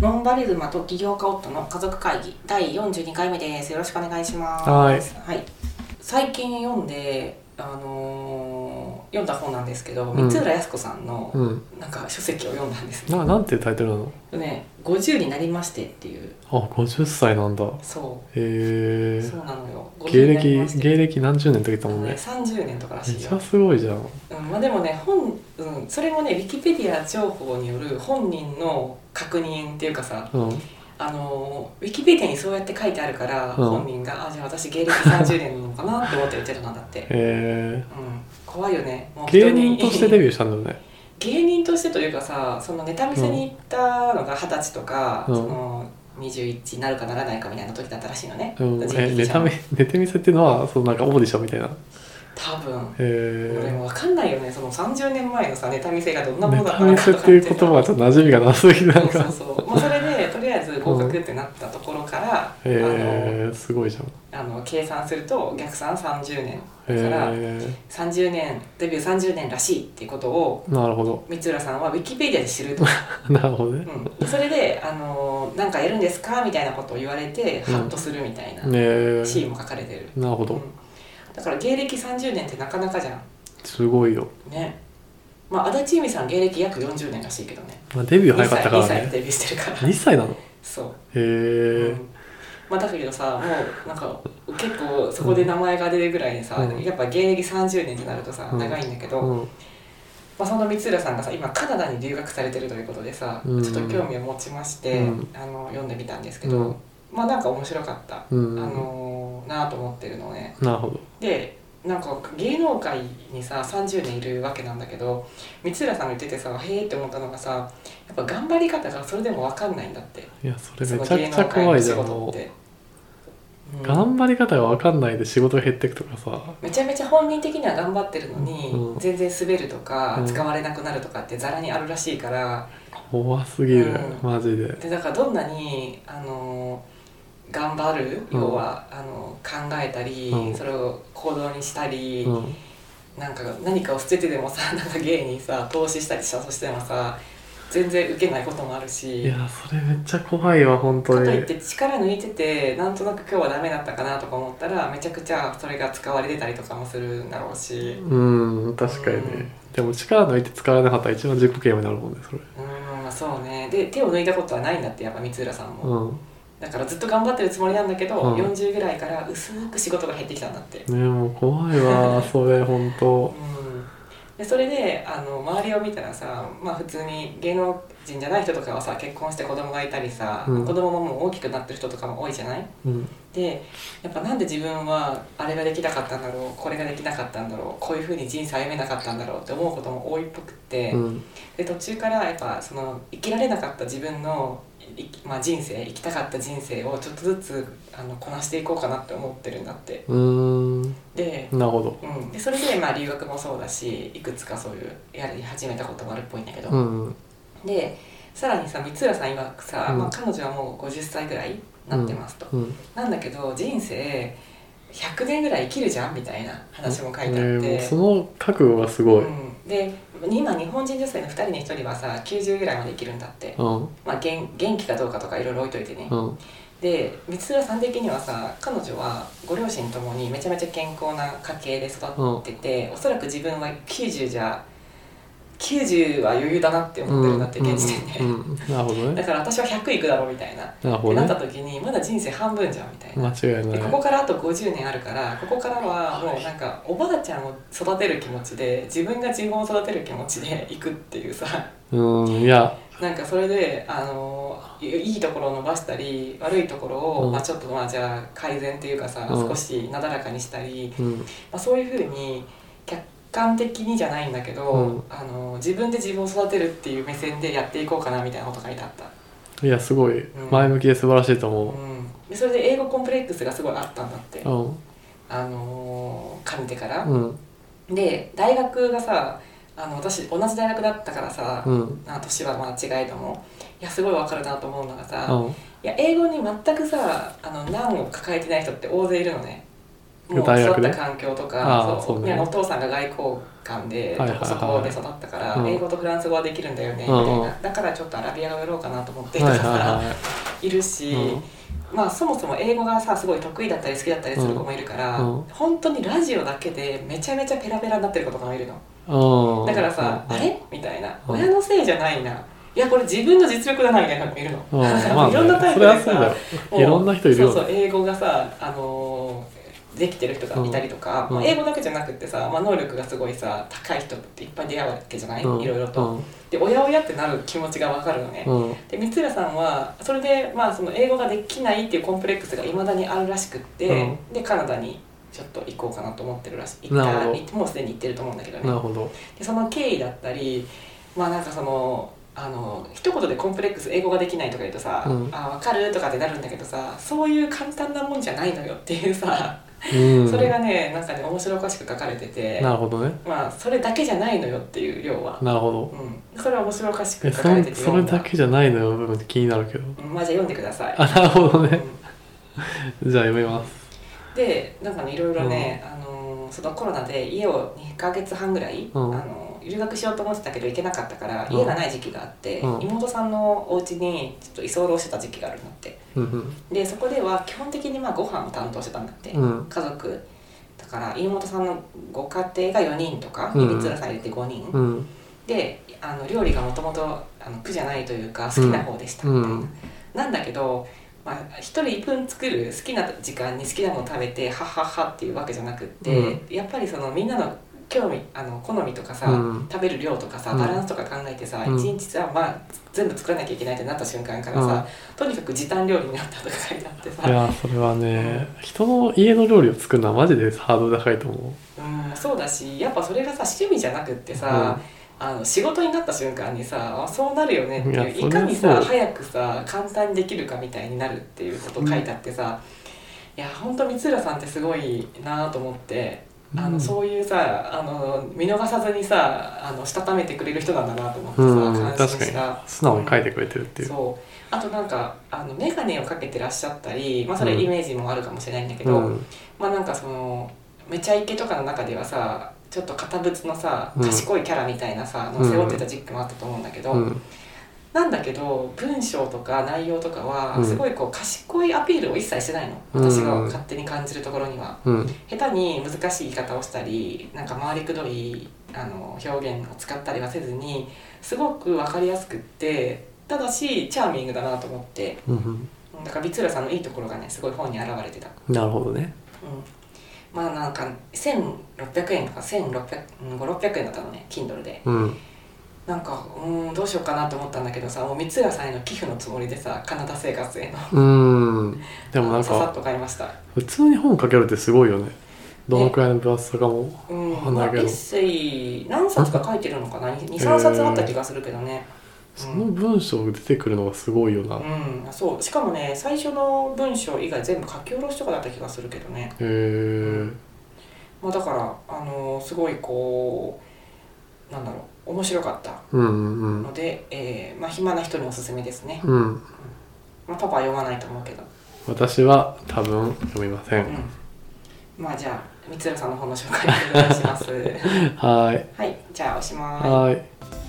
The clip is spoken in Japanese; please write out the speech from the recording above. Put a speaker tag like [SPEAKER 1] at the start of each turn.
[SPEAKER 1] ノンバリズマと起業家夫の家族会議第42回目ですよろしくお願いします
[SPEAKER 2] はい
[SPEAKER 1] はい最近読んであのー読んだ本なんですけど、
[SPEAKER 2] うん
[SPEAKER 1] 三浦靖子さんの
[SPEAKER 2] うん
[SPEAKER 1] なんか書籍を読んだんです
[SPEAKER 2] ななんていうタイトルなの
[SPEAKER 1] ね50になりましてっていう
[SPEAKER 2] あ50歳なんだへ
[SPEAKER 1] そ
[SPEAKER 2] え
[SPEAKER 1] うそうなのよ
[SPEAKER 2] 芸
[SPEAKER 1] 50になりまし
[SPEAKER 2] 歴
[SPEAKER 1] て
[SPEAKER 2] 芸歴何十年って言って
[SPEAKER 1] あ
[SPEAKER 2] たも
[SPEAKER 1] の
[SPEAKER 2] ん
[SPEAKER 1] ね
[SPEAKER 2] ね
[SPEAKER 1] 30年とから
[SPEAKER 2] め
[SPEAKER 1] しい
[SPEAKER 2] ち
[SPEAKER 1] よ
[SPEAKER 2] ゃ、すごいじゃん
[SPEAKER 1] うんまあ、でもね本、うん、それもねウィキペディア情報による本人の確認っていうかさ
[SPEAKER 2] うん
[SPEAKER 1] あのウィキペディアにそうやって書いてあるから、
[SPEAKER 2] うん
[SPEAKER 1] 本人が「あじゃあ私芸歴30年なのかな」って思って言ってるなんだ って、
[SPEAKER 2] え
[SPEAKER 1] うん、怖いよねも
[SPEAKER 2] ー、芸人としてデ
[SPEAKER 1] ビュー
[SPEAKER 2] ビューしたんだよね
[SPEAKER 1] 芸人としてというかさそのネタ見せに行ったのが二十歳とか、
[SPEAKER 2] うん
[SPEAKER 1] その21になるかならないかみたいな時だったらしいのね、
[SPEAKER 2] うん
[SPEAKER 1] 人
[SPEAKER 2] え
[SPEAKER 1] 力
[SPEAKER 2] ネ
[SPEAKER 1] 車
[SPEAKER 2] タ
[SPEAKER 1] の
[SPEAKER 2] 見 ネタ見せっていうのはそのなんかオーディションみたいなへ
[SPEAKER 1] 多分俺
[SPEAKER 2] え
[SPEAKER 1] も分かんないよねその30年前のさネタ見せがどんなも
[SPEAKER 2] ネ
[SPEAKER 1] のだっ
[SPEAKER 2] タ
[SPEAKER 1] たの
[SPEAKER 2] 見
[SPEAKER 1] か
[SPEAKER 2] せ
[SPEAKER 1] と
[SPEAKER 2] っ
[SPEAKER 1] か
[SPEAKER 2] ていう言葉はちょっと馴染みがなすぎてなん
[SPEAKER 1] そう
[SPEAKER 2] か
[SPEAKER 1] そうそう、まあ、それでとりあえず合格ってなったところから、あ
[SPEAKER 2] へえー、すごいじゃん
[SPEAKER 1] のあの計算すると逆算30年だ
[SPEAKER 2] へ
[SPEAKER 1] から
[SPEAKER 2] え
[SPEAKER 1] 30年デビュー30年らしいっていうことを
[SPEAKER 2] ー、なるほど
[SPEAKER 1] 三浦さんはウィキペディアで知 ると、
[SPEAKER 2] なるほどね
[SPEAKER 1] うん、それで「あのなんかやるんですか?」みたいなことを言われて
[SPEAKER 2] うん
[SPEAKER 1] ハッとするみたいな
[SPEAKER 2] ねえ
[SPEAKER 1] シーンも書かれてる、
[SPEAKER 2] なるほ
[SPEAKER 1] うん
[SPEAKER 2] ど
[SPEAKER 1] だから芸歴30年ってなかなかじゃん
[SPEAKER 2] すごいよ、
[SPEAKER 1] ねまあ足立由美さん芸歴約40年らしいけどね
[SPEAKER 2] まあ、デビュー
[SPEAKER 1] 2
[SPEAKER 2] 早かっ
[SPEAKER 1] 歳
[SPEAKER 2] たから
[SPEAKER 1] 2歳で
[SPEAKER 2] ね
[SPEAKER 1] デビューしてるから
[SPEAKER 2] 2歳なのへ
[SPEAKER 1] そう
[SPEAKER 2] えー
[SPEAKER 1] うんまあ、だけどさもうなんか結構そこで名前が出るぐらいにさ、
[SPEAKER 2] うん
[SPEAKER 1] やっぱ芸歴30年ってなるとさ、
[SPEAKER 2] うん
[SPEAKER 1] 長いんだけど、ま
[SPEAKER 2] うん、
[SPEAKER 1] あ、その光浦さんがさ今カナダに留学されてるということでさ、
[SPEAKER 2] うん
[SPEAKER 1] ちょっと興味を持ちまして、
[SPEAKER 2] うん
[SPEAKER 1] あの読んでみたんですけど、
[SPEAKER 2] うん
[SPEAKER 1] まあなんか面白かった、
[SPEAKER 2] うん
[SPEAKER 1] あのーなあと思ってるのね。
[SPEAKER 2] なるほど
[SPEAKER 1] でなんか芸能界にさ30年いるわけなんだけど光浦さんが言っててさへえって思ったのがさやっぱ頑張り方がそれでも分かんないんだって
[SPEAKER 2] いやそれ
[SPEAKER 1] そ
[SPEAKER 2] め
[SPEAKER 1] の
[SPEAKER 2] ちゃ
[SPEAKER 1] 芸
[SPEAKER 2] く
[SPEAKER 1] 能
[SPEAKER 2] ちゃ
[SPEAKER 1] 界
[SPEAKER 2] 怖
[SPEAKER 1] の
[SPEAKER 2] い
[SPEAKER 1] 仕
[SPEAKER 2] じゃん
[SPEAKER 1] 事っ
[SPEAKER 2] も
[SPEAKER 1] て。
[SPEAKER 2] う
[SPEAKER 1] うん
[SPEAKER 2] 頑張り方が分かんないで仕事減ってくとかさ
[SPEAKER 1] めちゃめちゃ本人的には頑張ってるのに、
[SPEAKER 2] うん
[SPEAKER 1] 全然滑るとか、
[SPEAKER 2] うん
[SPEAKER 1] 使われなくなるとかってざらにあるらしいから
[SPEAKER 2] 怖すぎる、
[SPEAKER 1] う
[SPEAKER 2] マジで
[SPEAKER 1] でだからどんなにあの頑張る
[SPEAKER 2] うん
[SPEAKER 1] 要は、あの考えたり、
[SPEAKER 2] うん
[SPEAKER 1] それを行動にしたり、
[SPEAKER 2] うん
[SPEAKER 1] なんか何かを捨ててでもさなんか芸にさ投資したりしたとしてもさ全然受けないこともある
[SPEAKER 2] い
[SPEAKER 1] し。
[SPEAKER 2] やそれめっちゃ怖いわ本
[SPEAKER 1] か
[SPEAKER 2] 当
[SPEAKER 1] と
[SPEAKER 2] に
[SPEAKER 1] いって力抜いててなんとなく今日はダメだったかなとか思ったらめちゃくちゃそれが使われてたりとかもするんだろうし。
[SPEAKER 2] うん確かにね、でも力抜いて使われなかったら一番自己嫌悪になるもんねそれ
[SPEAKER 1] うーんまあそうねで手を抜いたことはないんだってやっぱ光浦さんも、
[SPEAKER 2] う
[SPEAKER 1] だからずっと頑張ってるつもりなんだけど、
[SPEAKER 2] うん
[SPEAKER 1] 40ぐらいから薄く仕事が減ってきたんだって、
[SPEAKER 2] んねもう怖い わそれ本
[SPEAKER 1] う
[SPEAKER 2] 当
[SPEAKER 1] ん、でそれであの周りを見たらさ、まあ、普通に芸能人じゃない人とかはさ結婚して子供がいたりさ、
[SPEAKER 2] うん
[SPEAKER 1] 子供ももう大きくなってる人とかも多いじゃない
[SPEAKER 2] うん
[SPEAKER 1] でやっぱなんで自分はあれができなかったんだろうこれができなかったんだろうこういうふうに人生歩めなかったんだろうって思うことも多いっぽくって、
[SPEAKER 2] うん
[SPEAKER 1] で途中からやっぱその生きられなかった自分の、いまあ、人生生きたかった人生をちょっとずつあのこなしていこうかなって思ってるんだって
[SPEAKER 2] うーん
[SPEAKER 1] で,、
[SPEAKER 2] なるほ
[SPEAKER 1] うん、でそれでまあ留学もそうだしいくつかそういうやり始めたこともあるっぽいんだけど、
[SPEAKER 2] どうん
[SPEAKER 1] でさらにさ光浦さん今さ、
[SPEAKER 2] うん
[SPEAKER 1] まあ、彼女はもう50歳ぐらいになってますと、
[SPEAKER 2] うん
[SPEAKER 1] なんだけど人生100年ぐらい生きるじゃんみたいな話も書いてあって、
[SPEAKER 2] ねもうその覚悟がすごい、う
[SPEAKER 1] う
[SPEAKER 2] ん
[SPEAKER 1] ん、で今日本人女性の2人に1人はさ90ぐらいまで生きるんだって、
[SPEAKER 2] うん
[SPEAKER 1] まあ、元元気かどうかとかいろいろ置いといてね、
[SPEAKER 2] うん
[SPEAKER 1] で光浦さん的にはさ彼女はご両親ともにめちゃめちゃ健康な家系で育ってて、おそらく自分は90じゃ90は余裕だなって思ってるんだって現時点で、
[SPEAKER 2] うんうん、なるほど
[SPEAKER 1] だ
[SPEAKER 2] ね
[SPEAKER 1] から私は100いくだろうみたいな、っ
[SPEAKER 2] なるほ
[SPEAKER 1] て
[SPEAKER 2] ど
[SPEAKER 1] なっ
[SPEAKER 2] ね
[SPEAKER 1] た時にまだ人生半分じゃんみたいな、
[SPEAKER 2] 間違いな
[SPEAKER 1] で
[SPEAKER 2] い
[SPEAKER 1] ここからあと50年あるからここからはもうなんかおばあちゃんを育てる気持ちで自分が自分を育てる気持ちで行くっていうさ
[SPEAKER 2] うんいや
[SPEAKER 1] なんかそれであのいいいところを伸ばしたり悪いところを、
[SPEAKER 2] うん
[SPEAKER 1] まあ、ちょっとまあじゃあ改善っていうかさ、
[SPEAKER 2] うん
[SPEAKER 1] 少しなだらかにしたり、
[SPEAKER 2] うん
[SPEAKER 1] まあ、そういうふうに客観的にじゃないんだけど、
[SPEAKER 2] うん
[SPEAKER 1] あの自分で自分を育てるっていう目線でやっていこうかなみたいなことが書いてあった、
[SPEAKER 2] いやすごい
[SPEAKER 1] うん
[SPEAKER 2] 前向きで素晴らしいと
[SPEAKER 1] う
[SPEAKER 2] 思
[SPEAKER 1] ん、でそれで英語コンプレックスがすごいあったんだって、
[SPEAKER 2] ううん
[SPEAKER 1] あのかねてから。
[SPEAKER 2] うん
[SPEAKER 1] で大学がさあの私同じ大学だったからさ、
[SPEAKER 2] うん
[SPEAKER 1] あ年はまあ違いどもいやすごいわかるなと思うのがさ、
[SPEAKER 2] う
[SPEAKER 1] いや英語に全くさあの難を抱えてない人って大勢いるのねもう
[SPEAKER 2] 大
[SPEAKER 1] 育
[SPEAKER 2] 学
[SPEAKER 1] った
[SPEAKER 2] で
[SPEAKER 1] 環境と
[SPEAKER 2] あ
[SPEAKER 1] か
[SPEAKER 2] あ
[SPEAKER 1] そう
[SPEAKER 2] そうね
[SPEAKER 1] いやお父さんが外交官で
[SPEAKER 2] はいはいはい
[SPEAKER 1] そこで育ったから
[SPEAKER 2] うん
[SPEAKER 1] 英語とフランス語はできるんだよねみたい
[SPEAKER 2] うんうん
[SPEAKER 1] なだからちょっとアラビア語やろうかなと思ってい
[SPEAKER 2] はい
[SPEAKER 1] た
[SPEAKER 2] はい
[SPEAKER 1] ら
[SPEAKER 2] はい
[SPEAKER 1] るし
[SPEAKER 2] うん
[SPEAKER 1] まあそもそも英語がさすごい得意だったり好きだったりする子もいるから
[SPEAKER 2] うんうん
[SPEAKER 1] 本当にラジオだけでめちゃめちゃペラペラになってる子とかもいるの
[SPEAKER 2] いうん
[SPEAKER 1] だからさあれみたいな
[SPEAKER 2] うん
[SPEAKER 1] 親のせいじゃないないやこれ自分の実力だなみたいな子もいるの
[SPEAKER 2] うん
[SPEAKER 1] いろんなタイプ
[SPEAKER 2] それは
[SPEAKER 1] で
[SPEAKER 2] そうだ
[SPEAKER 1] さ
[SPEAKER 2] よ
[SPEAKER 1] もう
[SPEAKER 2] いろんな人いるよね
[SPEAKER 1] そうそう英語がさ、あのーできてる人がいたりとか、
[SPEAKER 2] うん
[SPEAKER 1] まあ、英語だけじゃなくてさ、まあ、能力がすごいさ高い人っていっぱい出会うわけじゃない、
[SPEAKER 2] うん
[SPEAKER 1] いろいろと、でおやおやってなる気持ちがわかるのね、
[SPEAKER 2] うんうん
[SPEAKER 1] で光浦さんはそれで、まあ、その英語ができないっていうコンプレックスがいまだにあるらしくって、でカナダにちょっと行こうかなと思ってるらしい行った
[SPEAKER 2] なるほど
[SPEAKER 1] 行ってもうすでに行ってると思うんだけど
[SPEAKER 2] なる
[SPEAKER 1] ね
[SPEAKER 2] ほど
[SPEAKER 1] でその経緯だったりまあなんかそのあの一言でコンプレックス英語ができないとか言うとさ「
[SPEAKER 2] うん
[SPEAKER 1] あ分かる?」とかってなるんだけどさそういう簡単なもんじゃないのよっていうさ、
[SPEAKER 2] うん
[SPEAKER 1] それがねなんかね面白おかしく書かれてて
[SPEAKER 2] なるほどね
[SPEAKER 1] まあそれだけじゃないのよっていう要は、
[SPEAKER 2] なるほど
[SPEAKER 1] うん、それは面白おかし
[SPEAKER 2] え
[SPEAKER 1] く書
[SPEAKER 2] そ
[SPEAKER 1] かれて
[SPEAKER 2] ん
[SPEAKER 1] て
[SPEAKER 2] それだ
[SPEAKER 1] 要
[SPEAKER 2] けじゃないのよ部分って気になるけど
[SPEAKER 1] はうんまあじゃあ読んでください。
[SPEAKER 2] あなるほど
[SPEAKER 1] う
[SPEAKER 2] ね
[SPEAKER 1] ん
[SPEAKER 2] じゃあ読みます
[SPEAKER 1] でなんかねいろいろね、あのーそのコロナで家を2ヶ月半ぐらい、
[SPEAKER 2] うん
[SPEAKER 1] あのー留学しようと思ってたけど行けなかったから、
[SPEAKER 2] うん
[SPEAKER 1] 家がない時期があって、
[SPEAKER 2] うん
[SPEAKER 1] 妹さんのお家にちょっと居候してた時期があるんだって
[SPEAKER 2] うんうん
[SPEAKER 1] でそこでは基本的にまあご飯を担当してたんだって、
[SPEAKER 2] うん
[SPEAKER 1] 家族だから妹さんのご家庭が4人とか
[SPEAKER 2] うん
[SPEAKER 1] 光浦、さん入れて5人、
[SPEAKER 2] うん
[SPEAKER 1] であの料理がもともと苦じゃないというか好きな方でしたみたいな、
[SPEAKER 2] うん
[SPEAKER 1] なんだけど、まあ、1人分作る好きな時間に好きなもの食べてハッハッハッっていうわけじゃなくって、
[SPEAKER 2] う
[SPEAKER 1] やっぱりそのみんなの興味あの好みとかさ、
[SPEAKER 2] うん
[SPEAKER 1] 食べる量とかさ
[SPEAKER 2] うん
[SPEAKER 1] バランスとか考えてさ、
[SPEAKER 2] うん
[SPEAKER 1] 一日さ、まあ、全部作らなきゃいけないってなった瞬間からさ、とにかく時短料理になったとか書いてあって
[SPEAKER 2] い
[SPEAKER 1] さ、
[SPEAKER 2] やそれはね人の家の料理を作るのはマジでハードル高いと思
[SPEAKER 1] うん、そうだしやっぱそれがさ趣味じゃなくってさ、あの仕事になった瞬間にさあそうなるよねって
[SPEAKER 2] いや
[SPEAKER 1] いうい
[SPEAKER 2] それは
[SPEAKER 1] かにさ
[SPEAKER 2] そう
[SPEAKER 1] 早くさ簡単にできるかみたいになるっていうこと書いてあってさ、いや本当光浦さんってすごいなと思って
[SPEAKER 2] う
[SPEAKER 1] あの
[SPEAKER 2] うん
[SPEAKER 1] そういうさあの見逃さずにさあのしたためてくれる人なんだなと思って
[SPEAKER 2] うん
[SPEAKER 1] さ感
[SPEAKER 2] 確
[SPEAKER 1] 心した。
[SPEAKER 2] かに素直に書いてくれてるっていう
[SPEAKER 1] そうあとなんかあの眼鏡をかけてらっしゃったり、まあ、それ
[SPEAKER 2] うん
[SPEAKER 1] イメージもあるかもしれないんだけ
[SPEAKER 2] う
[SPEAKER 1] ど、
[SPEAKER 2] ん
[SPEAKER 1] まあなんかそのめちゃイケとかの中ではさちょっと堅物のさ
[SPEAKER 2] うん
[SPEAKER 1] 賢いキャラみたいなさ、の
[SPEAKER 2] うん
[SPEAKER 1] 背負ってた時期もあったと思うんだけど、
[SPEAKER 2] うん
[SPEAKER 1] なんだけど文章とか内容とか
[SPEAKER 2] う
[SPEAKER 1] は
[SPEAKER 2] ん
[SPEAKER 1] すごいこう賢いアピールを一切してないの
[SPEAKER 2] うん
[SPEAKER 1] 私が勝手に感じるところには。
[SPEAKER 2] うん
[SPEAKER 1] 下手に難しい言い方をしたりなんか回りくどいあの表現を使ったりはせずにすごく分かりやすくってただしチャーミングだなと思って
[SPEAKER 2] うん
[SPEAKER 1] うんだから光浦さんのいいところがねすごい本に表れてた。
[SPEAKER 2] なるほどね
[SPEAKER 1] うんまあなんか1600円とか1600600円だったのね Kindle で
[SPEAKER 2] うん
[SPEAKER 1] なんかうーんどうしようかなと思ったんだけどさもう三浦さんへの寄付のつもりでさカナダ生活への
[SPEAKER 2] うんでもなん
[SPEAKER 1] ささっ
[SPEAKER 2] か
[SPEAKER 1] と買いました
[SPEAKER 2] 普通に本書けるってすごいよねどのくらいの分厚さかも
[SPEAKER 1] うん
[SPEAKER 2] あ
[SPEAKER 1] まあエ
[SPEAKER 2] なるほ
[SPEAKER 1] ッ
[SPEAKER 2] ど
[SPEAKER 1] セイ何冊か書いてるのかな23冊あった気がするけどね
[SPEAKER 2] その文章出てくるのがすごいよなへ
[SPEAKER 1] うんそうしかもね最初の文章以外全部書き下ろしとかだった気がするけどね
[SPEAKER 2] え
[SPEAKER 1] まあだからあのすごいこうなんだろう面白かった
[SPEAKER 2] うんうん
[SPEAKER 1] ので、えーまあ暇な人におすすめですね
[SPEAKER 2] うん
[SPEAKER 1] まあ、パパは読まないと思うけど、
[SPEAKER 2] 私は多分読みませ
[SPEAKER 1] うん
[SPEAKER 2] ん
[SPEAKER 1] まあじゃ あ光浦さんの方の紹介お願いします
[SPEAKER 2] はーい
[SPEAKER 1] はいじゃあおしまい
[SPEAKER 2] はーい